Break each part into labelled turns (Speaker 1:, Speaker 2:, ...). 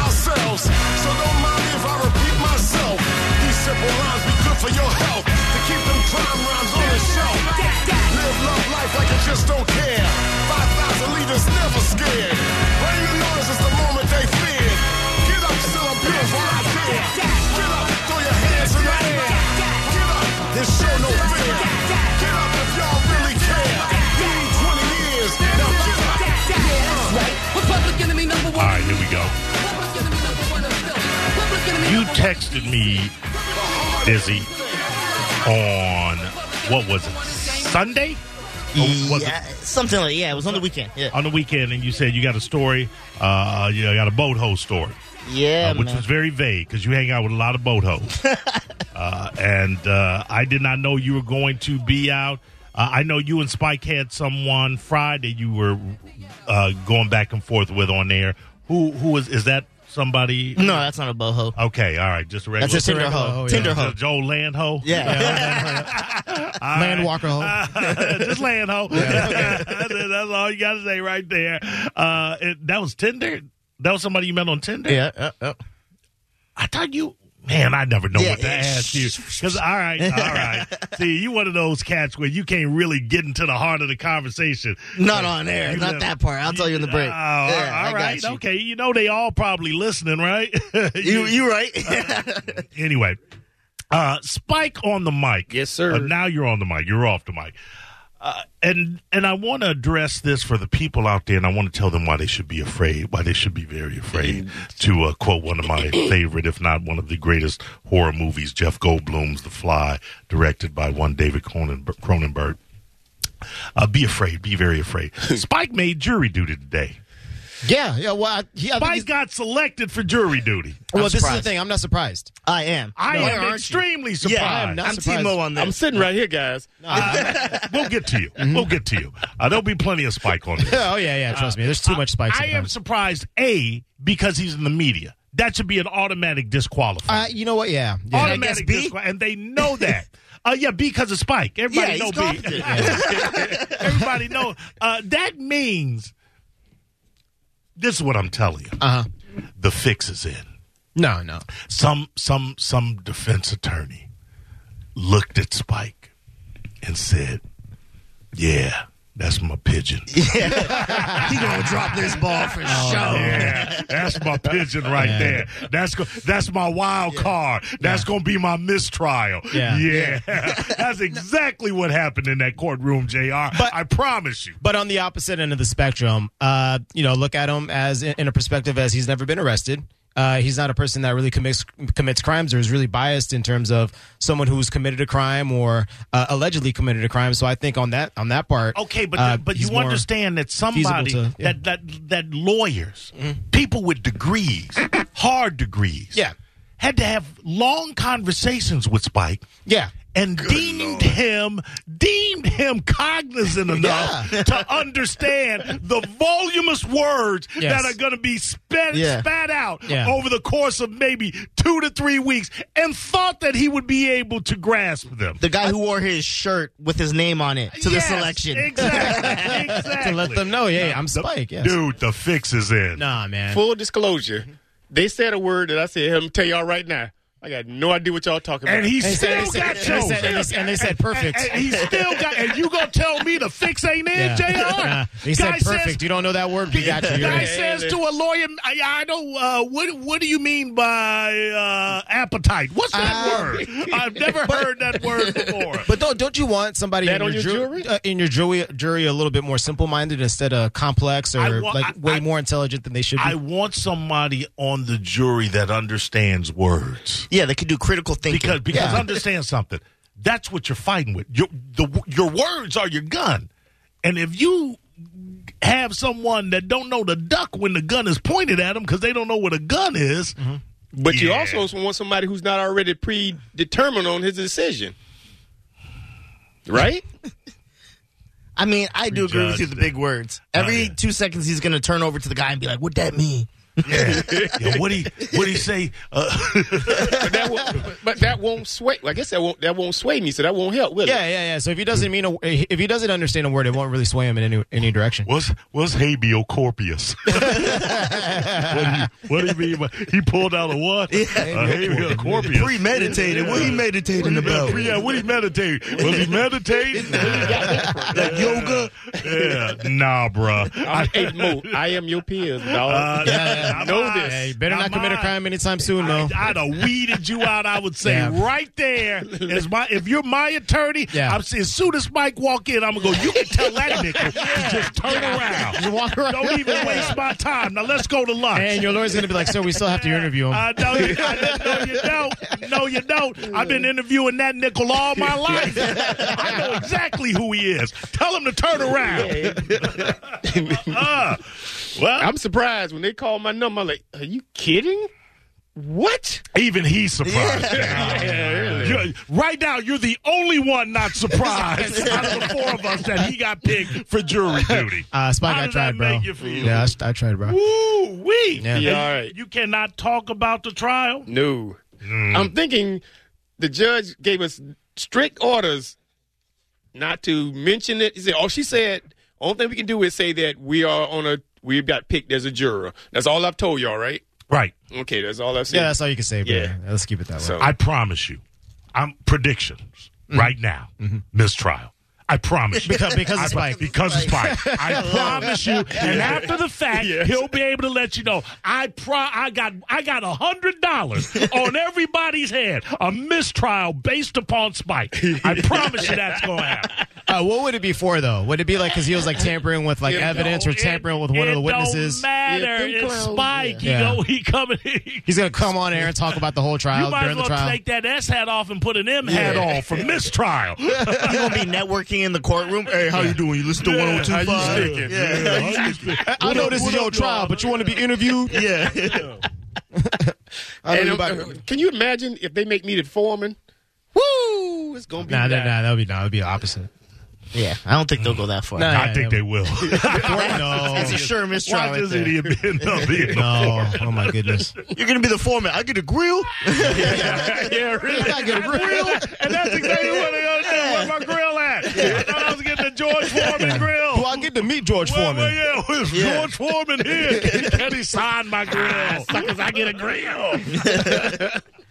Speaker 1: else. So don't mind if I repeat myself. These simple rhymes be good for your health. To keep them crime rhymes on the shelf. Live, love life like you just don't care. 5,000 leaders never scared. Rain and noise is the moment they feared. Get up, still appears what I fear. Get up, throw your hands in the air. Get up, and show no fear. Get up if y'all really care. You need 20 years, now get up.
Speaker 2: All right, here we go. You texted me, Dizzy, on what was it, Sunday? Or was it-
Speaker 3: Yeah, something like yeah. It was on the weekend. Yeah,
Speaker 2: on the weekend, and you said you got a story, uh, you got a boat hose story,
Speaker 3: yeah,
Speaker 2: uh, which
Speaker 3: man.
Speaker 2: was very vague because you hang out with a lot of boat hoes. uh, and uh, I did not know you were going to be out. Uh, I know you and Spike had someone Friday you were uh, going back and forth with on there. Who who is is that somebody?
Speaker 3: no, that's not a boho.
Speaker 2: Okay, all right, just a regular.
Speaker 3: That's a Tinder
Speaker 4: regular
Speaker 3: hoe.
Speaker 4: hoe, yeah.
Speaker 3: Tinder hoe.
Speaker 2: Just Joel Landho.
Speaker 3: Yeah.
Speaker 4: Land Walker Hole.
Speaker 2: just land ho. That's all you got to say right there. Uh, it, that was Tinder. That was somebody you met on Tinder.
Speaker 3: Yeah, uh, uh.
Speaker 2: I thought you. Man, I never know
Speaker 3: Yeah,
Speaker 2: what to
Speaker 3: yeah.
Speaker 2: ask you. Because all right, all right. See, you one of those cats where you can't really get into the heart of the conversation.
Speaker 3: Not on air.
Speaker 2: You
Speaker 3: Not
Speaker 2: live-
Speaker 3: that part. I'll tell you in the
Speaker 2: Oh,
Speaker 3: break. Yeah, I
Speaker 2: all
Speaker 3: got
Speaker 2: right,
Speaker 3: you.
Speaker 2: okay. You know they all probably listening, right?
Speaker 3: You you right?
Speaker 2: anyway, uh, Spike on the mic.
Speaker 5: Yes, sir.
Speaker 2: Uh, now you're on the mic. You're off the mic. Uh, and and I want to address this for the people out there, and I want to tell them why they should be afraid, why they should be very afraid.
Speaker 5: Mm-hmm.
Speaker 2: to uh, quote one of my favorite, if not one of the greatest horror movies, Jeff Goldblum's *The Fly*, directed by one David Cronen- Cronenberg. Uh, be afraid. Be very afraid. Spike made jury duty today.
Speaker 4: Yeah, yeah. Well, I, he, I think
Speaker 2: Spike
Speaker 4: he's-
Speaker 2: got selected for jury duty.
Speaker 4: well, this is the
Speaker 3: surprised.
Speaker 4: thing. I'm not surprised.
Speaker 3: I am.
Speaker 2: I
Speaker 4: why aren't
Speaker 2: am
Speaker 4: you?
Speaker 2: extremely surprised.
Speaker 3: yeah,
Speaker 4: am not
Speaker 3: I'm
Speaker 4: surprised.
Speaker 3: Timo on this.
Speaker 5: I'm sitting right here, guys.
Speaker 2: We'll get to you. We'll get to you. Uh, there'll be plenty of Spike on this.
Speaker 4: Oh yeah, yeah. Trust me. There's too much spikes.
Speaker 2: I am
Speaker 4: sometimes.
Speaker 2: surprised, A, because he's in the media. That should be an automatic disqualifier.
Speaker 4: Uh, you know what? Yeah. yeah.
Speaker 2: automatic
Speaker 3: B?
Speaker 2: disqual- And they know that. Uh, yeah, B because of Spike. Everybody
Speaker 3: Yeah,
Speaker 2: know
Speaker 3: he's
Speaker 2: B. Everybody know. Uh, that means, this is what I'm telling you.
Speaker 4: Uh huh.
Speaker 2: The fix is in.
Speaker 4: No, no.
Speaker 2: some some some defense attorney looked at Spike and said, "Yeah, that's my pigeon.
Speaker 3: he gonna drop this ball for
Speaker 2: Oh.
Speaker 3: sure.
Speaker 2: Yeah, that's my pigeon right there. That's go- that's my wild card. That's gonna be my mistrial.
Speaker 4: Yeah.
Speaker 2: that's exactly what happened in that courtroom, Jr. I promise you.
Speaker 4: But on the opposite end of the spectrum, uh, you know, look at him as in a perspective as he's never been arrested. Uh, he's not a person that really commits commits crimes or is really biased in terms of someone who's committed a crime or uh, allegedly committed a crime. So I think on that on that part,
Speaker 2: Okay, but
Speaker 4: uh,
Speaker 2: but
Speaker 4: he's
Speaker 2: you
Speaker 4: more-
Speaker 2: understand that somebody
Speaker 4: to- yeah.
Speaker 2: that, that that lawyers, people with degrees, hard degrees,
Speaker 4: Yeah.
Speaker 2: had to have long conversations with Spike
Speaker 4: yeah,
Speaker 2: and deemed him deemed him cognizant enough to understand the voluminous words
Speaker 4: Yes.
Speaker 2: that are going to be spat,
Speaker 3: Yeah.
Speaker 2: spat out
Speaker 4: Yeah.
Speaker 2: over the course of maybe 2 to 3 weeks and thought that he would be able to grasp them.
Speaker 3: The guy who wore his shirt with his name on it to
Speaker 2: Yes,
Speaker 3: the selection.
Speaker 2: Exactly. exactly.
Speaker 4: to let them know, yeah, I'm Spike. Yes.
Speaker 2: Dude, the fix is in.
Speaker 4: Nah, man.
Speaker 5: Full disclosure, they said a word that I said, let me tell y'all right now. I got no idea what y'all talking about.
Speaker 2: And he
Speaker 4: They
Speaker 2: still
Speaker 4: said- they
Speaker 2: got
Speaker 4: said- they
Speaker 2: chosen.
Speaker 4: said- and they- and they said perfect.
Speaker 2: And, and he still got. And you gonna tell me the fix ain't in,
Speaker 4: Yeah.
Speaker 2: Jr.
Speaker 4: Nah, he said
Speaker 2: Guy says-
Speaker 4: perfect. you don't know that word? We got you. You're
Speaker 2: Guy
Speaker 4: right.
Speaker 2: says to a lawyer, I, I don't, uh, what, what do you mean by uh, appetite? What's that word? I've never heard that word before.
Speaker 4: Uh, But don't don't you want somebody
Speaker 5: That
Speaker 4: in
Speaker 5: on
Speaker 4: your,
Speaker 5: your
Speaker 4: ju-
Speaker 5: jury?
Speaker 4: uh, in your jury jury a little bit more simple minded instead of complex
Speaker 2: I
Speaker 4: or
Speaker 2: want-
Speaker 4: like
Speaker 2: I-
Speaker 4: way
Speaker 2: I-
Speaker 4: more intelligent than they should be?
Speaker 2: I want somebody on the jury that understands words.
Speaker 3: Yeah, they could do critical thinking.
Speaker 2: Because because
Speaker 4: Yeah.
Speaker 2: understand something. That's what you're fighting with. Your the your words are your gun, and if you have someone that don't know the duck when the gun is pointed at them because they don't know what a gun is.
Speaker 4: Mm-hmm.
Speaker 5: but you
Speaker 2: Yeah.
Speaker 5: also want somebody who's not already predetermined on his decision. Right?
Speaker 3: I mean, I do agree with you.
Speaker 2: Prejudged
Speaker 3: with The
Speaker 2: it.
Speaker 3: big words. Every
Speaker 2: yeah.
Speaker 3: two seconds, he's gonna turn over to the guy and be like, "What'd that mean?"
Speaker 2: Yeah. yeah what he what he say? Uh,
Speaker 5: But that, won't, but that won't sway. I guess that won't that won't sway me, so that won't help, will
Speaker 4: Yeah,
Speaker 5: it?
Speaker 4: yeah, yeah. So if he doesn't mean a, eh, if he doesn't understand a word, it won't really sway him in any any direction.
Speaker 2: what's what's habeo corpus? what, do you, what do you mean? By, he pulled out a what? A habeo corpus.
Speaker 3: Premeditated. What he meditating about?
Speaker 2: Yeah, what he meditate? Was he meditate?
Speaker 3: Like yoga?
Speaker 2: yeah, nah, bruh.
Speaker 5: I'm eight mo. I am your peers, dog.
Speaker 2: Uh, I know
Speaker 5: Nah,
Speaker 2: this.
Speaker 5: yeah,
Speaker 4: Hey, better
Speaker 2: Nah,
Speaker 4: not commit a
Speaker 2: mine.
Speaker 4: crime anytime soon, though.
Speaker 2: I'd have weeded you out. I would say
Speaker 4: Yeah.
Speaker 2: right there is my. If you're my attorney,
Speaker 4: Yeah.
Speaker 2: I'm, as soon as Mike walk in, I'm gonna go. You can tell that nigga to just turn around.
Speaker 4: You walk around.
Speaker 2: Don't even waste my time. Now let's go to lunch.
Speaker 4: And your lawyer's gonna be like, "Sir, we still have to interview him."
Speaker 2: uh, no, you, I, no, you don't. No, you don't. I've been interviewing that nickel all my life. I know exactly who he is. Tell him to turn around. Uh, well,
Speaker 5: I'm surprised when they call my number. I'm like, are you kidding? What?
Speaker 2: even he's surprised.
Speaker 5: Yeah, really.
Speaker 2: You're- right now, you're the only one not surprised out of the four of us that he got picked for jury duty.
Speaker 4: Uh, Spike,
Speaker 2: How
Speaker 4: I
Speaker 2: does that
Speaker 4: tried, bro.
Speaker 2: make you feel?
Speaker 4: Yeah, I, st- I tried, bro.
Speaker 2: Woo wee!
Speaker 4: Yeah.
Speaker 5: Be all right.
Speaker 2: You cannot talk about the trial.
Speaker 5: No.
Speaker 4: Hmm.
Speaker 5: I'm thinking the judge gave us strict orders not to mention it. He said, "Oh, she said, only thing we can do is say that we are on a we've got picked as a juror." That's all I've told y'all, right?
Speaker 2: Right.
Speaker 5: Okay, that's all I've said.
Speaker 4: Yeah, that's all you can say, bro.
Speaker 5: Yeah.
Speaker 4: Let's keep it that way.
Speaker 5: So-
Speaker 2: I promise you. I'm predictions right now. Mistrial. I promise you.
Speaker 4: Mm-hmm. Because- because of
Speaker 2: I pro-
Speaker 4: Spike.
Speaker 2: Because of Spike. I promise you. And after the fact, he'll be able to let you know. I pro I got I got a hundred dollars on everybody's head. A mistrial based upon Spike. I promise you that's gonna happen.
Speaker 4: Uh, what would it be for though? Would it be like because he was like tampering with like
Speaker 5: It
Speaker 4: evidence or
Speaker 2: It-
Speaker 4: tampering with one of the witnesses?
Speaker 2: It don't matter.
Speaker 5: Yeah,
Speaker 2: it's
Speaker 5: clowns.
Speaker 2: Spike.
Speaker 4: Yeah.
Speaker 2: You know he coming
Speaker 4: He's gonna come on air and talk about the whole
Speaker 2: You
Speaker 4: trial
Speaker 2: might as
Speaker 4: during the
Speaker 2: well
Speaker 4: trial.
Speaker 2: take that S hat off and put an M hat
Speaker 3: Yeah.
Speaker 2: on for mistrial.
Speaker 3: You gonna be networking in the courtroom? Hey, how you doing? You listen to 1025?
Speaker 2: how you sticking?
Speaker 3: Yeah.
Speaker 4: I- I know this is your trial, but you want to be interviewed?
Speaker 3: Yeah.
Speaker 4: I know
Speaker 5: And,
Speaker 4: you
Speaker 5: uh,
Speaker 4: about-
Speaker 5: uh, can you imagine if they make me the foreman? Woo! It's gonna be
Speaker 4: Nah, that,
Speaker 5: bad.
Speaker 4: nah, that would be nah, that would be the opposite.
Speaker 3: Yeah. I don't think they'll go that far.
Speaker 4: Nah,
Speaker 2: I think they will.
Speaker 4: no,
Speaker 3: It's a sure mistrial.
Speaker 2: Why
Speaker 3: right
Speaker 2: does
Speaker 3: there.
Speaker 2: idiot end up being
Speaker 4: no. Oh my goodness.
Speaker 3: You're gonna be the foreman. I get a grill.
Speaker 2: Yeah, really.
Speaker 4: I get a grill.
Speaker 2: And that's exactly what they're going to do. Where's my grill at? I thought I was getting the George Foreman grill.
Speaker 4: Well, I get to meet George
Speaker 2: Well,
Speaker 4: Foreman.
Speaker 2: well, yeah, where's George Foreman here? Can he sign my grill? Suckers, I get a grill.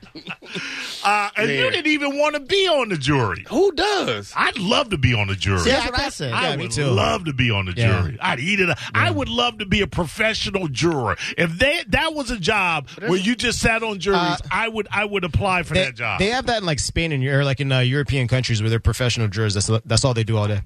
Speaker 2: uh, and you
Speaker 5: Man.
Speaker 2: didn't even want to be on the jury.
Speaker 5: Who does?
Speaker 2: I'd love to be on the jury.
Speaker 3: That's what I said.
Speaker 2: I
Speaker 4: Yeah, me
Speaker 2: would
Speaker 4: too.
Speaker 2: love to be on the
Speaker 4: Yeah.
Speaker 2: jury. I'd eat it. up. I would love to be a professional juror. If they, that was a job where you just sat on juries,
Speaker 4: Uh,
Speaker 2: I would I would apply for
Speaker 4: They,
Speaker 2: that job.
Speaker 4: they have that in like Spain and Eu- or like in uh, European countries where they're professional jurors. That's that's all they do all day.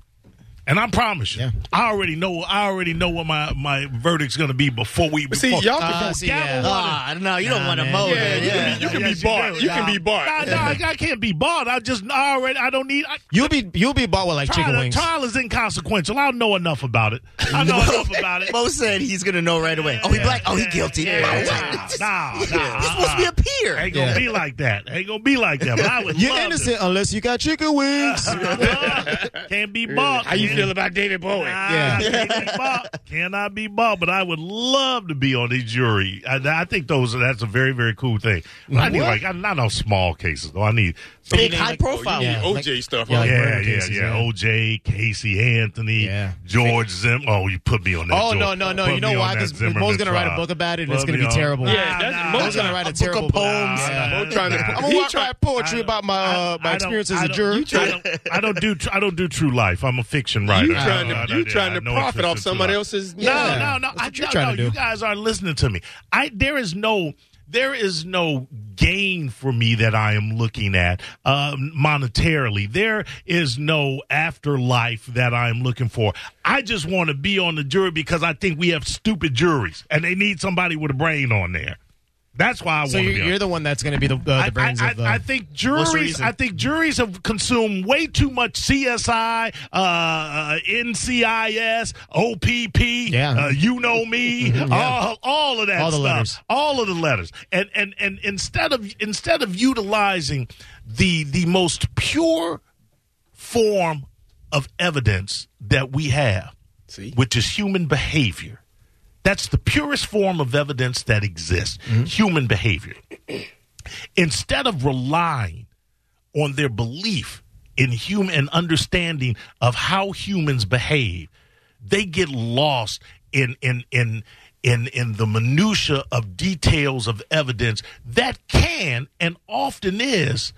Speaker 2: and I'm promising,
Speaker 4: Yeah.
Speaker 2: I already know. I already know what my my verdict's going to be before we.
Speaker 5: See,
Speaker 2: before-
Speaker 5: y'all
Speaker 4: Ah, see, yeah.
Speaker 3: Ah, no, you don't want to
Speaker 4: man.
Speaker 3: mow.
Speaker 5: Yeah,
Speaker 3: man.
Speaker 5: you can be, you can
Speaker 2: Yes,
Speaker 5: be
Speaker 2: you
Speaker 5: Bart.
Speaker 2: do.
Speaker 5: You, can be Bart.
Speaker 2: Nah, nah, I, I can't be bought. I just I already. I don't need. I,
Speaker 4: You'll be you'll be bought with like chicken
Speaker 2: trial,
Speaker 4: wings.
Speaker 2: trial is inconsequential. I know enough about it. I know enough about it.
Speaker 3: Mo said he's gonna know right away. Oh, he black. Oh, he guilty.
Speaker 2: Yeah,
Speaker 3: Oh,
Speaker 2: nah,
Speaker 3: just-
Speaker 2: nah, nah,
Speaker 3: You're supposed to be a peer.
Speaker 2: Ain't gonna
Speaker 4: Yeah.
Speaker 2: be like that. Ain't gonna be like that. But I would
Speaker 4: You're
Speaker 2: love
Speaker 4: innocent unless you got chicken wings.
Speaker 2: To. Can't be bought.
Speaker 5: How you feel about David Bowie?
Speaker 2: Yeah. Can't be bought. Cannot be bought. But I would love to be on the jury. I, I think those. That's a very very cool thing. But I need
Speaker 4: What?
Speaker 2: like I, not on small cases though. I need some
Speaker 3: Big, high profile.
Speaker 5: You
Speaker 4: Yeah.
Speaker 5: need OJ Oh, stuff.
Speaker 4: yeah,
Speaker 5: huh?
Speaker 4: like
Speaker 2: yeah, yeah,
Speaker 4: murder cases,
Speaker 2: yeah,
Speaker 4: yeah.
Speaker 2: OJ, Casey Anthony,
Speaker 4: Yeah.
Speaker 2: George Zim. Oh, you put me on that.
Speaker 4: Oh
Speaker 2: George.
Speaker 4: no no no!
Speaker 2: Put
Speaker 4: You know
Speaker 2: me on
Speaker 4: why?
Speaker 2: that
Speaker 4: Because
Speaker 2: Zimmerman
Speaker 4: Mo's gonna write a
Speaker 2: trial.
Speaker 4: book about it. and It's
Speaker 2: Put
Speaker 4: gonna
Speaker 2: me
Speaker 4: be
Speaker 2: on-
Speaker 4: terrible.
Speaker 5: Yeah, that's-
Speaker 2: Nah,
Speaker 5: Mo's
Speaker 4: Mo's gonna write a,
Speaker 3: book
Speaker 4: terrible
Speaker 3: of
Speaker 4: book.
Speaker 3: poems.
Speaker 4: Yeah.
Speaker 5: Mo trying to-
Speaker 2: Nah.
Speaker 4: I'm gonna
Speaker 5: He
Speaker 4: write,
Speaker 5: try-
Speaker 4: write poetry
Speaker 2: I-
Speaker 4: about my uh, my
Speaker 2: I don't-
Speaker 4: experience as
Speaker 2: I
Speaker 4: a
Speaker 2: don't-
Speaker 4: juror.
Speaker 2: you try- I don't, I don't do tr- I don't do true life. I'm a fiction writer.
Speaker 5: You
Speaker 2: I
Speaker 5: trying
Speaker 2: don't- I
Speaker 5: to
Speaker 2: don't-
Speaker 5: you
Speaker 2: yeah,
Speaker 5: trying
Speaker 2: I
Speaker 5: to
Speaker 2: have no
Speaker 5: profit
Speaker 2: interest
Speaker 5: off
Speaker 2: in
Speaker 5: somebody
Speaker 2: true life.
Speaker 5: else's?
Speaker 2: No,
Speaker 4: Yeah.
Speaker 2: no, no.
Speaker 4: That's
Speaker 2: I,
Speaker 4: what you're
Speaker 2: no,
Speaker 4: trying
Speaker 2: no,
Speaker 4: to
Speaker 2: You
Speaker 4: do.
Speaker 2: guys aren't listening to me. I there is no there is no gain for me that I am looking at um, monetarily. There is no afterlife that I am looking for. I just want to be on the jury because I think we have stupid juries and they need somebody with a brain on there. That's why I want
Speaker 4: So
Speaker 2: to
Speaker 4: you're,
Speaker 2: be on
Speaker 4: you're the one that's gonna be the uh, the brains
Speaker 2: I,
Speaker 4: of. Uh,
Speaker 2: I, I think
Speaker 4: the
Speaker 2: juries.
Speaker 4: reason?
Speaker 2: I think juries have consumed way too much CSI, uh, uh, NCIS, OPP.
Speaker 4: Yeah. Mm-hmm.
Speaker 2: uh, you know me. all, all of that.
Speaker 4: All the
Speaker 2: stuff.
Speaker 4: letters.
Speaker 2: All of the letters. And and and instead of instead of utilizing the the most pure form of evidence that we have,
Speaker 5: See?
Speaker 2: which is human behavior, That's the purest form of evidence that exists human behavior. Instead of relying on their belief in human and understanding of how humans behave, they get lost in in in in in the minutia of details of evidence that can and often is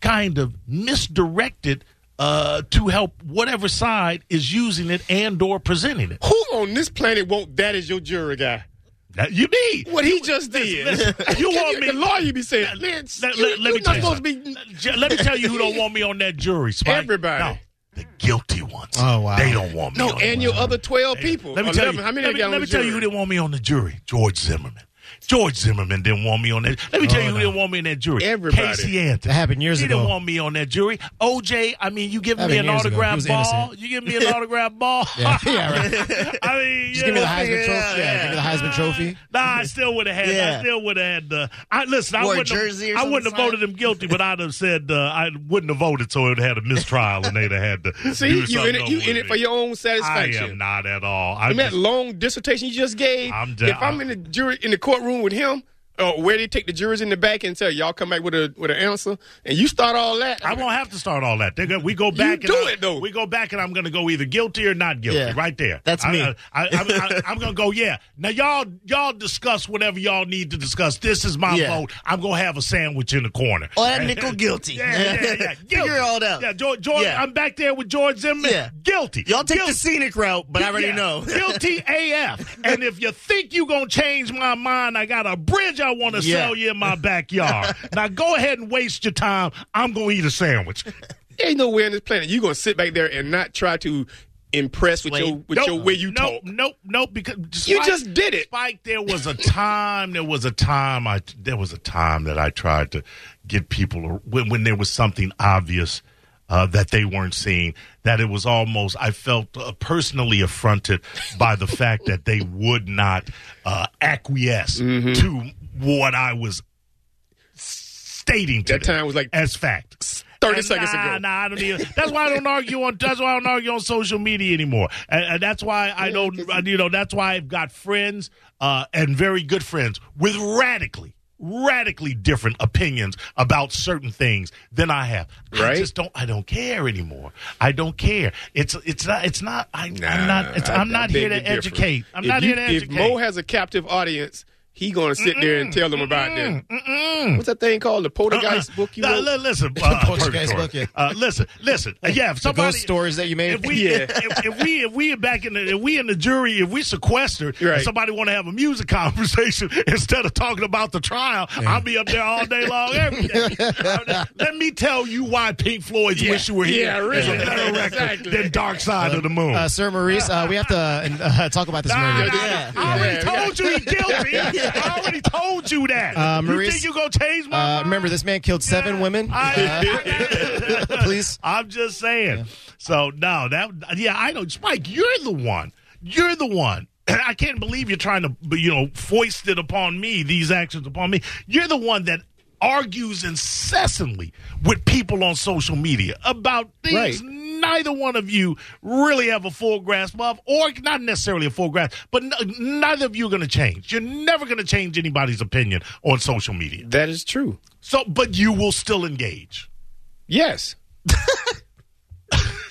Speaker 2: kind of misdirected uh, to help whatever side is using it and or presenting it.
Speaker 5: Who on this planet won't that as your jury guy?
Speaker 2: That you need.
Speaker 5: What he just did.
Speaker 2: you
Speaker 5: Can
Speaker 2: want me-
Speaker 5: The lawyer be saying, Lance,
Speaker 2: Let,
Speaker 5: you,
Speaker 2: let- let
Speaker 5: you're
Speaker 2: me
Speaker 5: not
Speaker 2: tell you
Speaker 5: supposed to
Speaker 2: something.
Speaker 5: be.
Speaker 2: J- Let me tell you who don't want me on that jury. Spike.
Speaker 5: Everybody.
Speaker 2: No, the guilty ones.
Speaker 4: Oh, wow.
Speaker 2: They don't want me.
Speaker 5: No,
Speaker 2: on
Speaker 5: and
Speaker 2: that.
Speaker 5: your other 12 people.
Speaker 2: Let me
Speaker 5: 11,
Speaker 2: tell you.
Speaker 5: Oh, How many
Speaker 2: let
Speaker 5: they
Speaker 2: me,
Speaker 5: got on
Speaker 2: let
Speaker 5: the
Speaker 2: me tell you who
Speaker 5: jury?
Speaker 2: didn't want me on the jury. George Zimmerman. George Zimmerman didn't want me on that. Let me tell you who didn't want me on that jury.
Speaker 5: Everybody.
Speaker 2: Casey Anthony.
Speaker 4: That happened years
Speaker 2: he
Speaker 4: ago.
Speaker 2: didn't want me on that jury. OJ, I mean, you give
Speaker 4: That
Speaker 2: me an
Speaker 4: happened years ago. He
Speaker 2: autograph
Speaker 4: was
Speaker 2: ball.
Speaker 4: innocent.
Speaker 2: You give me an autograph ball.
Speaker 4: Yeah, yeah, right.
Speaker 2: I mean,
Speaker 4: Just
Speaker 2: you
Speaker 4: give me the
Speaker 2: know,
Speaker 4: Heisman
Speaker 2: yeah,
Speaker 4: Trophy. Yeah, give me the Heisman Trophy.
Speaker 2: Nah, I still would have had. I
Speaker 3: Yeah.
Speaker 2: still would have had. Uh, I listen. I
Speaker 3: Wore a
Speaker 2: wouldn't.
Speaker 3: jersey
Speaker 2: Have,
Speaker 3: or
Speaker 2: I
Speaker 3: something
Speaker 2: wouldn't have
Speaker 3: like
Speaker 2: voted him guilty, but I'd have said uh, I wouldn't have voted, so it would have had a mistrial, and they'd have had to
Speaker 5: See,
Speaker 2: do
Speaker 5: you in
Speaker 2: something
Speaker 5: it, you
Speaker 2: over
Speaker 5: in it
Speaker 2: with
Speaker 5: for your own
Speaker 2: I
Speaker 5: satisfaction.
Speaker 2: am not at all. I'm
Speaker 5: I mean, that
Speaker 2: just-
Speaker 5: long dissertation you just gave.
Speaker 2: I'm da-
Speaker 5: if I'm in the jury in the courtroom with him, uh, where they take the jurors in the back and tell y'all come back with a with an answer, and you start all that.
Speaker 2: I won't have to start all that. They're gonna, we go back.
Speaker 5: do
Speaker 2: and I-
Speaker 5: it, though.
Speaker 2: We go back, and I'm going to go either guilty or not guilty.
Speaker 3: Yeah.
Speaker 2: Right there.
Speaker 3: That's
Speaker 2: I,
Speaker 3: me.
Speaker 2: I, am going to go. Yeah. Now y'all, y'all discuss whatever y'all need to discuss. This is my
Speaker 3: Yeah.
Speaker 2: vote. I'm going to have a sandwich in the corner.
Speaker 3: Or that nickel guilty.
Speaker 2: Yeah, yeah, yeah. Guilty.
Speaker 3: Figure it all out.
Speaker 2: Yeah, George. George
Speaker 3: Yeah.
Speaker 2: I'm back there with George Zimmerman.
Speaker 3: Yeah.
Speaker 2: Guilty.
Speaker 3: Y'all take
Speaker 2: Guilty.
Speaker 3: the scenic route, but I already
Speaker 2: Yeah.
Speaker 3: know.
Speaker 2: Guilty AF. And if you think you going to change my mind, I got a bridge I want to
Speaker 3: Yeah.
Speaker 2: sell you in my backyard. now go ahead and waste your time. I'm going to eat a sandwich.
Speaker 5: There ain't no way on this planet you gonna sit back there and not try to impress with
Speaker 3: Wait.
Speaker 5: your with your way you
Speaker 2: nope,
Speaker 5: talk.
Speaker 2: Nope, nope, because
Speaker 5: You just did it.
Speaker 2: Spike, there was a time, there was a time I there was a time that I tried to get people or when when there was something obvious uh, that they weren't seeing, that it was almost I felt uh, personally affronted by the fact that they would not uh, acquiesce
Speaker 5: Mm-hmm.
Speaker 2: to what I was stating to
Speaker 5: That
Speaker 2: them
Speaker 5: time was like
Speaker 2: as fact.
Speaker 5: thirty
Speaker 2: And
Speaker 5: seconds
Speaker 2: nah,
Speaker 5: ago.
Speaker 2: Nah, I don't even, that's why I don't argue on. That's why I don't argue on social media anymore. And, and that's why I don't. uh, You know, that's why I've got friends uh, and very good friends with radically, radically different opinions about certain things than I have. I
Speaker 5: Right.
Speaker 2: just don't. I don't care anymore. I don't care. It's it's not. It's not. I, I'm not. It's,
Speaker 5: I-
Speaker 2: I'm
Speaker 5: I
Speaker 2: not
Speaker 5: beg
Speaker 2: here to
Speaker 5: to differ.
Speaker 2: educate. I'm
Speaker 5: If
Speaker 2: not
Speaker 5: you-
Speaker 2: here to
Speaker 5: If Mo
Speaker 2: educate.
Speaker 5: has a captive audience, he gonna sit there and tell them about them. What's that thing called? The Poltergeist
Speaker 2: Uh-uh.
Speaker 5: book you
Speaker 2: Uh,
Speaker 5: wrote?
Speaker 2: li- listen, uh,
Speaker 4: Poltergeist
Speaker 2: purgatory.
Speaker 4: book, yeah.
Speaker 2: Uh, listen, listen. Uh, yeah, if
Speaker 4: The
Speaker 2: somebody
Speaker 4: ghost stories that you made.
Speaker 2: if we
Speaker 5: Yeah.
Speaker 2: if, if we if we back in the if we in the jury if we sequestered
Speaker 5: Right.
Speaker 2: and somebody want to have a music conversation instead of talking about the trial I'll be up there all day long every day. Let me tell you why Pink Floyd's
Speaker 5: Yeah.
Speaker 2: "Wish You Were Here"
Speaker 5: Yeah,
Speaker 2: is a
Speaker 5: really.
Speaker 2: better record
Speaker 5: Exactly.
Speaker 2: than "Dark Side of the Moon."
Speaker 4: Uh, Sir Maurice, uh, we have to uh, talk about this
Speaker 2: Nah,
Speaker 4: murder.
Speaker 2: nah,
Speaker 3: Yeah.
Speaker 2: I already
Speaker 5: Yeah.
Speaker 2: told you he guilty. I already told you that.
Speaker 4: Uh,
Speaker 2: you
Speaker 4: Maurice,
Speaker 2: think you gonna change my
Speaker 4: Uh,
Speaker 2: mind?
Speaker 4: remember, this man killed seven women.
Speaker 2: I-
Speaker 4: Uh, please.
Speaker 2: I'm just saying. So no, that yeah, I know. Spike, you're the one. You're the one. I can't believe you're trying to you know foist it upon me these actions upon me. You're the one that argues incessantly with people on social media about things
Speaker 5: Right.
Speaker 2: neither one of you really have a full grasp of, or not necessarily a full grasp, but n- neither of you are going to change. You're never going to change anybody's opinion on social media.
Speaker 5: that is true.
Speaker 2: So, but you will still engage.
Speaker 5: Yes.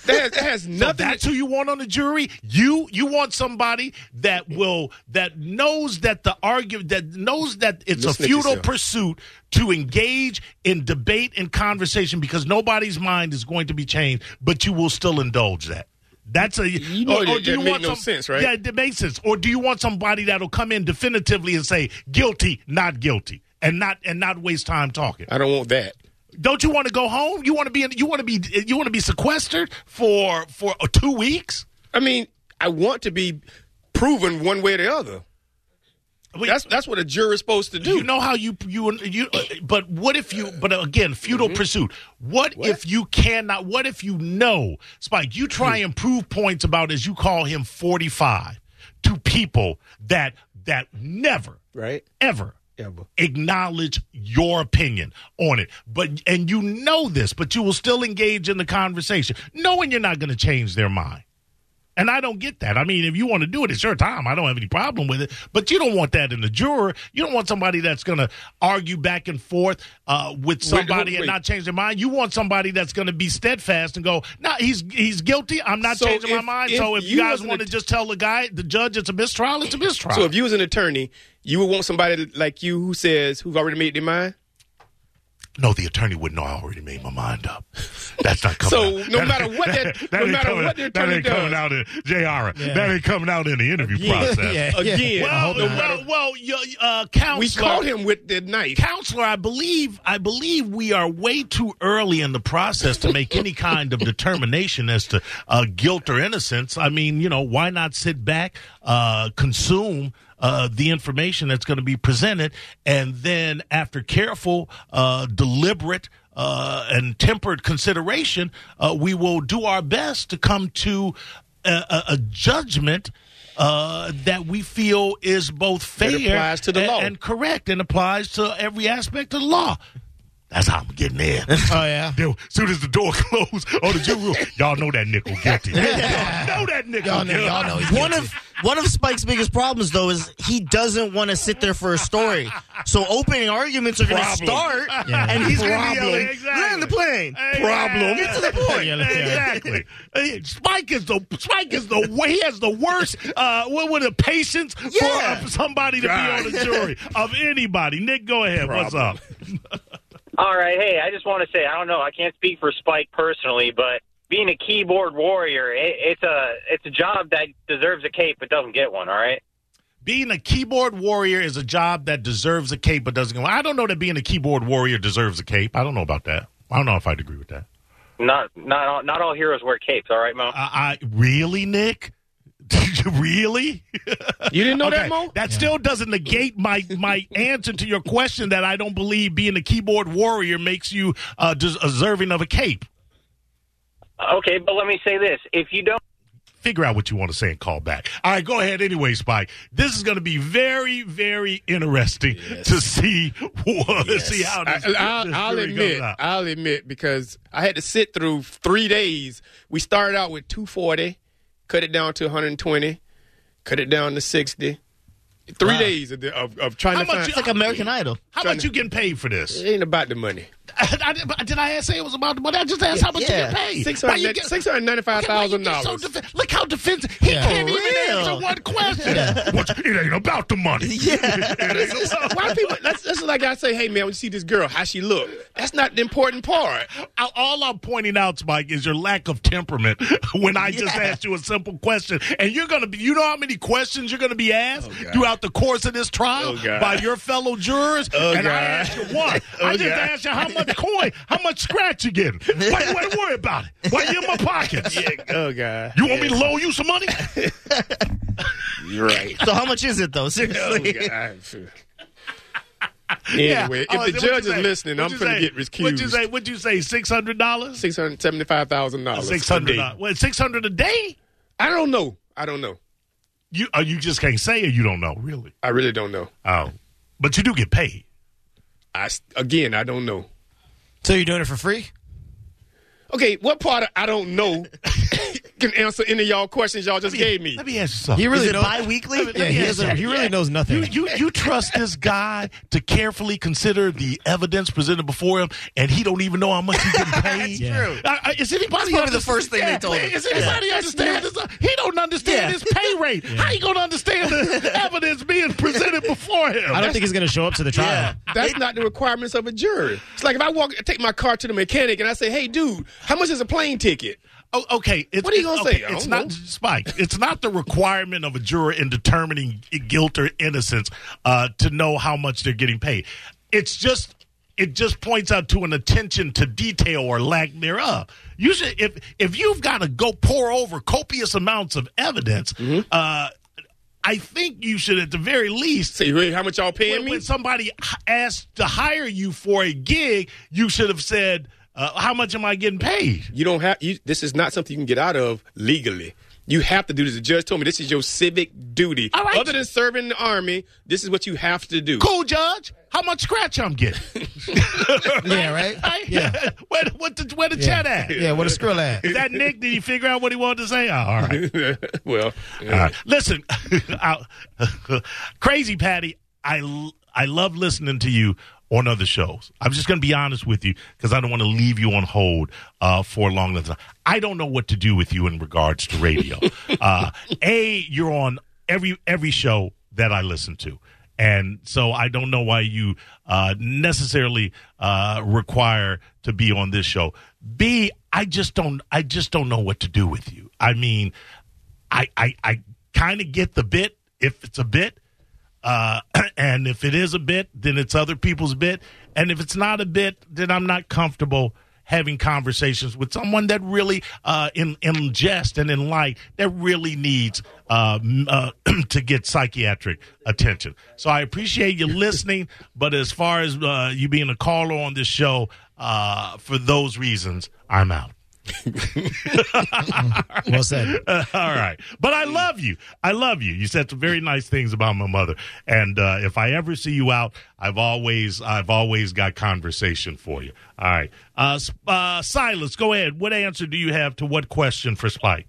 Speaker 5: that, has, that has
Speaker 2: So
Speaker 5: nothing.
Speaker 2: that's who you want on the jury. You you want somebody that will that knows that the argument that knows that it's
Speaker 5: Listen
Speaker 2: a
Speaker 5: at
Speaker 2: futile
Speaker 5: yourself.
Speaker 2: pursuit to engage in debate and conversation because nobody's mind is going to be changed, but you will still indulge that. That's a you
Speaker 5: know that- that make no sense, right?
Speaker 2: Yeah, it makes sense. Or do you want somebody that'll come in definitively and say guilty, not guilty, and not and not waste time talking?
Speaker 5: I don't want that.
Speaker 2: Don't you want to go home? You want to be in, you want to be you want to be sequestered for for uh, two weeks?
Speaker 5: I mean, I want to be proven one way or the other.
Speaker 2: We-
Speaker 5: That's that's what a juror's supposed to do.
Speaker 2: you know how you you you. uh, But what if you? But again, futile pursuit. What, if you cannot? What if you know, Spike? You try and prove points about as you call him forty five to people that that never
Speaker 5: right?
Speaker 2: ever
Speaker 5: Ever.
Speaker 2: acknowledge your opinion on it but and you know this but you will still engage in the conversation knowing you're not going to change their mind And I don't get that. I mean, if you want to do it, it's your time. I don't have any problem with it. But you don't want that in the juror. You don't want somebody that's going to argue back and forth uh, with somebody
Speaker 5: wait.
Speaker 2: and not change their mind. You want somebody that's going to be steadfast and go, "No, he's he's guilty. I'm not
Speaker 5: So
Speaker 2: changing my
Speaker 5: if-
Speaker 2: mind."
Speaker 5: if
Speaker 2: so if you,
Speaker 5: you was
Speaker 2: guys
Speaker 5: an
Speaker 2: want to
Speaker 5: att-
Speaker 2: just tell the guy, the judge, it's a mistrial, it's a mistrial.
Speaker 5: So if you was an attorney, you would want somebody like you who says who's already made their mind.
Speaker 2: No, the attorney would know I already made my mind up. That's not coming
Speaker 5: So,
Speaker 2: out.
Speaker 5: no
Speaker 2: That-
Speaker 5: matter what that- no
Speaker 2: ain't
Speaker 5: matter
Speaker 2: coming,
Speaker 5: what the
Speaker 2: That
Speaker 5: attorney
Speaker 2: ain't coming
Speaker 5: does.
Speaker 2: out in JR. That ain't coming out in the interview process.
Speaker 4: Yeah, yeah.
Speaker 5: Again,
Speaker 2: Well,
Speaker 5: no matter-
Speaker 2: well, well, y- uh,
Speaker 5: we
Speaker 2: counselor,
Speaker 5: caught him with the knife.
Speaker 2: counselor, I believe, I believe we are way too early in the process to make any kind of determination as to uh, guilt or innocence. I mean, you know, why not sit back, uh, consume uh, the information that's going to be presented, and then after careful, uh, deliberate. Uh, and tempered consideration, uh, we will do our best to come to a, a, a judgment uh, that we feel is both fair
Speaker 5: applies to the
Speaker 2: and-
Speaker 5: law.
Speaker 2: and correct and applies to every aspect of the law. That's how I'm getting in.
Speaker 4: Oh yeah.
Speaker 2: Yo, soon as the door closed on the jury room, y'all know that nickel guilty. y'all know that nickel
Speaker 4: Y'all know-
Speaker 2: guilty.
Speaker 4: y'all know he's
Speaker 3: One of one of Spike's biggest problems, though, is he doesn't want to sit there for a story. So opening arguments are going to
Speaker 2: Problem.
Speaker 3: start, and he's going to be
Speaker 2: Problem.
Speaker 3: yelling,
Speaker 2: Exactly.
Speaker 3: "Land the plane!"
Speaker 2: Problem.
Speaker 3: Get to the point.
Speaker 4: Yeah, yeah.
Speaker 2: Exactly. Uh, Spike is the Spike is the wa- he has the worst uh what with the patience
Speaker 3: Yeah.
Speaker 2: for uh, somebody to be on the jury of anybody. Nick, go ahead. What's up?
Speaker 6: All right, hey, I just want to say I don't know. I can't speak for Spike personally, but being a keyboard warrior, it, it's a it's a job that deserves a cape but doesn't get one. All right.
Speaker 2: Being a keyboard warrior is a job that deserves a cape, but doesn't. get one. I don't know that being a keyboard warrior deserves a cape. I don't know about that. I don't know if I'd agree with that.
Speaker 6: Not not all, not all heroes wear capes. All right, Mo.
Speaker 2: I, I really, Nick. really?
Speaker 5: You didn't know
Speaker 2: Okay.
Speaker 5: that, Mo?
Speaker 2: That still doesn't negate my my answer to your question that I don't believe being a keyboard warrior makes you uh, des- deserving of a cape.
Speaker 6: Okay, but let me say this: if you don't
Speaker 2: Figure out what you want to say and call back. All right, go ahead anyway, Spike. This is going to be very, very interesting to see what, see how
Speaker 5: I,
Speaker 2: this,
Speaker 5: I'll,
Speaker 2: this
Speaker 5: I'll
Speaker 2: jury
Speaker 5: admit,
Speaker 2: goes out.
Speaker 5: I'll admit because I had to sit through three days. We started out with 240, cut it down to 120, cut it down to 60. Three days of, the- of, of trying
Speaker 2: How
Speaker 5: to
Speaker 2: much
Speaker 5: find.
Speaker 2: you-
Speaker 3: It's like American Idol.
Speaker 2: How
Speaker 5: trying
Speaker 2: much
Speaker 5: to-
Speaker 2: you getting paid for this?
Speaker 5: it ain't about the money.
Speaker 2: I, I- did I say it was about the money? I just asked how much
Speaker 3: Yeah.
Speaker 2: you get paid.
Speaker 5: Six
Speaker 2: Why you
Speaker 5: hundred
Speaker 2: get-
Speaker 5: six hundred ninety-five
Speaker 2: Okay, why you
Speaker 5: thousand
Speaker 2: get so
Speaker 5: dollars.
Speaker 2: defen- Look how defensive. He can't
Speaker 3: For
Speaker 2: even
Speaker 3: real.
Speaker 2: answer one question. What- it ain't about the money.
Speaker 3: Yeah.
Speaker 2: It ain't about-
Speaker 5: Why people? That's, that's like I say, hey man, when you see this girl, how she look? That's not the important part.
Speaker 2: I- All I'm pointing out, Spike, is your lack of temperament. When I just asked you a simple question, and you're gonna be, you know how many questions you're gonna be asked throughout the course of this trial
Speaker 5: Oh, God.
Speaker 2: by your fellow jurors, and I asked you one. I just asked you how much coin, how much scratch you getting. Why you ain't worry about it? Why you in my pockets?
Speaker 5: Oh god,
Speaker 2: You want me to loan you some money?
Speaker 5: you're right.
Speaker 3: So how much is it though? Seriously.
Speaker 5: Anyway,
Speaker 2: Oh,
Speaker 5: if the
Speaker 2: is that what
Speaker 5: judge
Speaker 2: you
Speaker 5: is
Speaker 2: say?
Speaker 5: listening,
Speaker 2: What'd
Speaker 5: I'm
Speaker 2: you
Speaker 5: gonna
Speaker 2: say?
Speaker 5: get
Speaker 2: What'd you
Speaker 5: recused.
Speaker 2: say? What'd you say? Six hundred dollars?
Speaker 5: Six hundred seventy-five thousand dollars.
Speaker 2: Six hundred. What? Six hundred a day?
Speaker 5: I don't know. I don't know.
Speaker 2: You? Oh, you just can't say, or you don't know, really?
Speaker 5: I really don't know.
Speaker 2: Oh, but you do get paid.
Speaker 5: I s- again, I don't know.
Speaker 4: So you're doing it for free?
Speaker 5: Okay, what part of I don't know can answer any of y'all questions y'all just gave me?
Speaker 2: Let me ask you something.
Speaker 4: He really
Speaker 3: Is it
Speaker 4: knows.
Speaker 3: bi-weekly?
Speaker 4: yeah, he, doesn't- he really knows nothing.
Speaker 2: You, you you trust this guy to carefully consider the evidence presented before him, and he don't even know how much he's getting paid.
Speaker 4: Yeah. true.
Speaker 2: Uh, uh, is anybody
Speaker 3: probably the
Speaker 2: underst-
Speaker 3: first thing they
Speaker 2: Yeah,
Speaker 3: told him.
Speaker 2: Is anybody understand this? He don't understand
Speaker 3: Yeah.
Speaker 2: his pay rate. How you gonna understand the evidence being presented before him?
Speaker 4: I don't think he's going to show up to the trial.
Speaker 5: That's not the requirements of a jury. It's like if I walk, take my car to the mechanic and I say, "Hey, dude, how much is a plane ticket?"
Speaker 2: Oh, okay. It's,
Speaker 5: What are you gonna
Speaker 2: it's-
Speaker 5: say?
Speaker 2: okay,
Speaker 5: I
Speaker 2: It's
Speaker 5: don't
Speaker 2: not
Speaker 5: know.
Speaker 2: Spike. It's not the requirement of a juror in determining guilt or innocence uh, to know how much they're getting paid. It's just it just points out to an attention to detail or lack thereof. You should if if you've got to go pour over copious amounts of evidence.
Speaker 5: Mm-hmm.
Speaker 2: Uh, I think you should, at the very least,
Speaker 5: Say, "Hey, how much y'all paying
Speaker 2: when,
Speaker 5: me?"
Speaker 2: when somebody h- asked to hire you for a gig, you should have said, uh, "How much am I getting paid?"
Speaker 5: You don't have. You, this is not something you can get out of legally. You have to do this. The judge told me this is your civic duty.
Speaker 7: All right.
Speaker 5: Other than serving in the army, this is what you have to do.
Speaker 2: Cool, Judge. How much scratch I'm getting?
Speaker 4: Yeah, right?
Speaker 2: yeah. where, what the, where the chat at?
Speaker 4: Yeah, what a skrill at.
Speaker 2: Is that Nick? Did he figure out what he wanted to say? Oh, all right.
Speaker 5: well,
Speaker 2: All right. Listen, I, crazy Patty, I l- I love listening to you on other shows. I'm just going to be honest with you because I don't want to leave you on hold uh, for long. enough time. I don't know what to do with you in regards to radio. uh, A, you're on every every show that I listen to. And so I don't know why you uh, necessarily uh, require to be on this show. B, I just don't. I just don't know what to do with you. I mean, I I, I kind of get the bit if it's a bit, uh, and if it is a bit, then it's other people's bit, and if it's not a bit, then I'm not comfortable having conversations with someone that really uh, in in jest and in light that really needs uh, m- uh, to get psychiatric attention. So I appreciate you listening, but as far as uh, you being a caller on this show, uh, for those reasons, I'm out.
Speaker 4: Well said.
Speaker 2: Uh, all right. But I love you. I love you. You said some very nice things about my mother. And uh, if I ever see you out, I've always I've always got conversation for you. All right. Uh, S- uh, Silas, go ahead. What answer do you have to what question for Spike?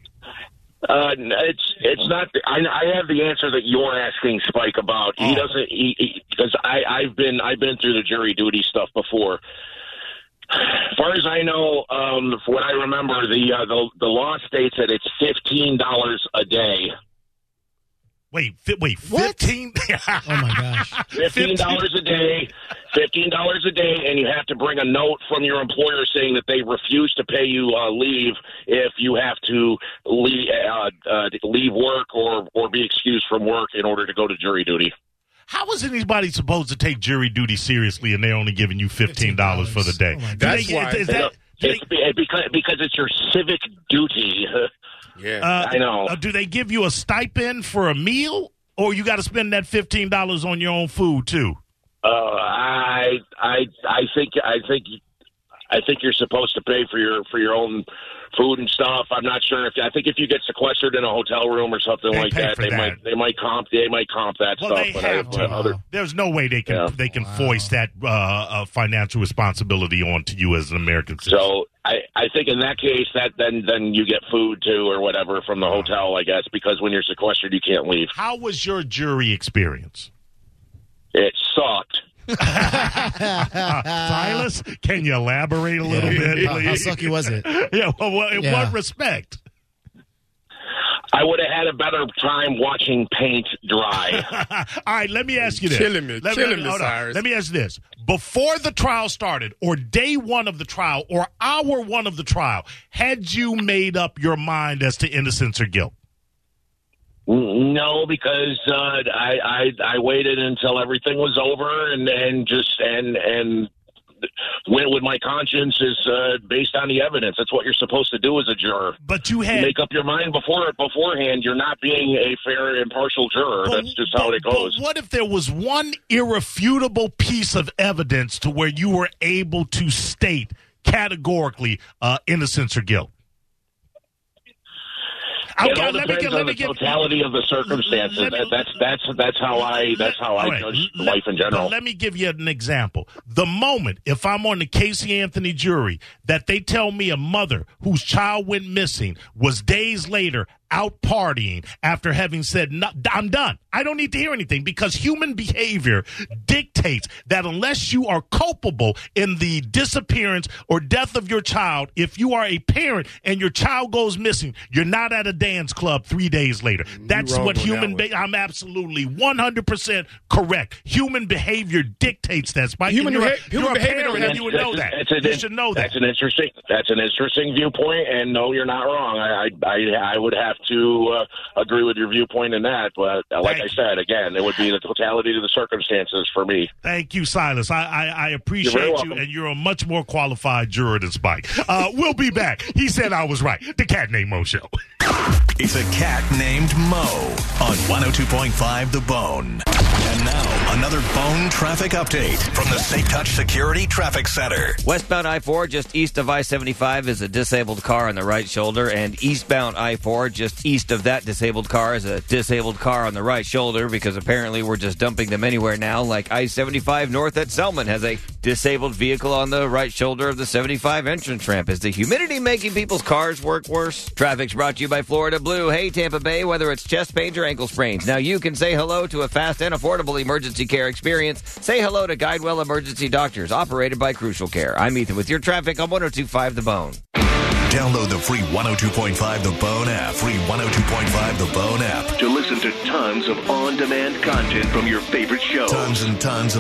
Speaker 8: Uh, n- it's it's not. I, I have the answer that you're asking Spike about.
Speaker 6: Oh.
Speaker 8: He doesn't. He because I I've been I've been through the jury duty stuff before. As far as I know, um, from what I remember, the uh, the the law states that it's fifteen dollars a day.
Speaker 2: Wait, fi- wait,
Speaker 4: What?
Speaker 2: 15?
Speaker 4: Oh, my gosh.
Speaker 8: Fifteen dollars a day, fifteen dollars a day, and you have to bring a note from your employer saying that they refuse to pay you uh, leave if you have to leave, uh, uh, leave work or or be excused from work in order to go to jury duty.
Speaker 2: How is anybody supposed to take jury duty seriously and they're only giving you $15, for the day?
Speaker 4: Oh, my
Speaker 2: Do
Speaker 5: gosh.
Speaker 2: they-
Speaker 5: That's
Speaker 2: is- is
Speaker 8: You know,
Speaker 2: that- do
Speaker 8: it's be- because because it's your civic duty.
Speaker 5: yeah.
Speaker 2: they- uh,
Speaker 8: I know.
Speaker 2: uh, do they give you a stipend for a meal or you got to spend that $15 on your own food too?
Speaker 8: Uh, I I I think I think I think you're supposed to pay for your for your own food and stuff. I'm not sure if I think if you get sequestered in a hotel room or something
Speaker 2: They
Speaker 8: like
Speaker 2: pay
Speaker 8: that,
Speaker 2: for
Speaker 8: they
Speaker 2: that.
Speaker 8: might they might comp they might comp that
Speaker 2: Well,
Speaker 8: stuff.
Speaker 2: they
Speaker 8: but
Speaker 2: have
Speaker 8: I,
Speaker 2: to.
Speaker 8: but other,
Speaker 2: There's no way they can
Speaker 8: Yeah.
Speaker 2: they can foist that uh, uh, financial responsibility onto you as an American citizen.
Speaker 8: so I I think in that case that then then you get food too or whatever from the hotel I guess because when you're sequestered you can't leave.
Speaker 2: How was your jury experience,
Speaker 8: It sucked.
Speaker 2: Uh, Silas? Can you elaborate a little bit?
Speaker 4: How, how
Speaker 2: please?
Speaker 4: sucky was it?
Speaker 2: yeah. Well, well, in
Speaker 4: Yeah.
Speaker 2: what respect?
Speaker 8: I would have had a better time watching paint dry.
Speaker 2: All right. Let me ask you this.
Speaker 5: Killing me,
Speaker 2: Let
Speaker 5: killing me,
Speaker 2: hold on.
Speaker 5: Cyrus.
Speaker 2: Let me ask you this: Before the trial started, or day one of the trial, or hour one of the trial, had you made up your mind as to innocence or guilt?
Speaker 8: No, because uh, I, I I waited until everything was over and and just and and went with my conscience is uh, based on the evidence. That's what you're supposed to do as a juror.
Speaker 2: But you had
Speaker 8: Make up your mind before beforehand. You're not being a fair, impartial juror.
Speaker 2: But-
Speaker 8: That's just how
Speaker 2: but-
Speaker 8: it goes.
Speaker 2: But what if there was one irrefutable piece of evidence to where you were able to state categorically uh, innocence or guilt?
Speaker 8: It
Speaker 2: Okay,
Speaker 8: all depends on the totality of the circumstances.
Speaker 2: Let me-
Speaker 8: That, that's that's that's how I that's how I
Speaker 2: All right,
Speaker 8: judge
Speaker 2: let-
Speaker 8: life in general.
Speaker 2: Let me give you an example. The moment, if I'm on the Casey Anthony jury, that they tell me a mother whose child went missing was days later out partying after having said, no, I'm done. I don't need to hear anything because human behavior dictates that unless you are culpable in the disappearance or death of your child, if you are a parent and your child goes missing, you're not at a dance club three days later. That's
Speaker 5: wrong
Speaker 2: what
Speaker 5: on that
Speaker 2: human
Speaker 5: one.
Speaker 2: behavior. I'm absolutely 100% correct. Human behavior dictates that, Spike.
Speaker 5: Human
Speaker 2: And you're a-
Speaker 5: beha- human
Speaker 2: you're a
Speaker 5: behavior
Speaker 2: parent,
Speaker 5: is-
Speaker 2: and you would know that.
Speaker 8: That's an,
Speaker 2: You should know that.
Speaker 8: That's an interesting. That's an interesting viewpoint, and no, you're not wrong. I I, I, I would have to uh, agree with your viewpoint in that, but uh, like
Speaker 2: Thank
Speaker 8: I said, again, it would be the totality of the circumstances for me.
Speaker 2: Thank you, Silas. I, I, I
Speaker 8: You're very
Speaker 2: appreciate you,
Speaker 8: welcome.
Speaker 2: and you're a much more qualified juror than Spike. Uh, we'll be back. He said I was right. The Cat Name Mo Show.
Speaker 1: oh
Speaker 9: It's a cat named Mo on 102.5 The Bone. And now,
Speaker 1: Another phone traffic update from the Safe Touch Security Traffic Center.
Speaker 3: Westbound I 4 just east of I 75 is a disabled car on the right shoulder, and eastbound I 4 just east of that disabled car is a disabled car on the right shoulder because apparently we're just dumping them anywhere now. Like I 75 north at Selman has a disabled vehicle on the right shoulder of the 75 entrance ramp. Is the humidity making people's cars work worse? Traffic's brought to you by Florida Blue. Hey, Tampa Bay, whether it's chest pains or ankle sprains, now you can say hello to a fast and affordable emergency care experience. Say hello to Guidewell Emergency Doctors, operated by Crucial Care. I'm Ethan with your traffic on 1025 The Bone.
Speaker 1: Download the free 102.5 The Bone app. Free 102.5 The Bone app.
Speaker 8: To listen to tons of on demand content from your favorite shows.
Speaker 1: Tons and tons of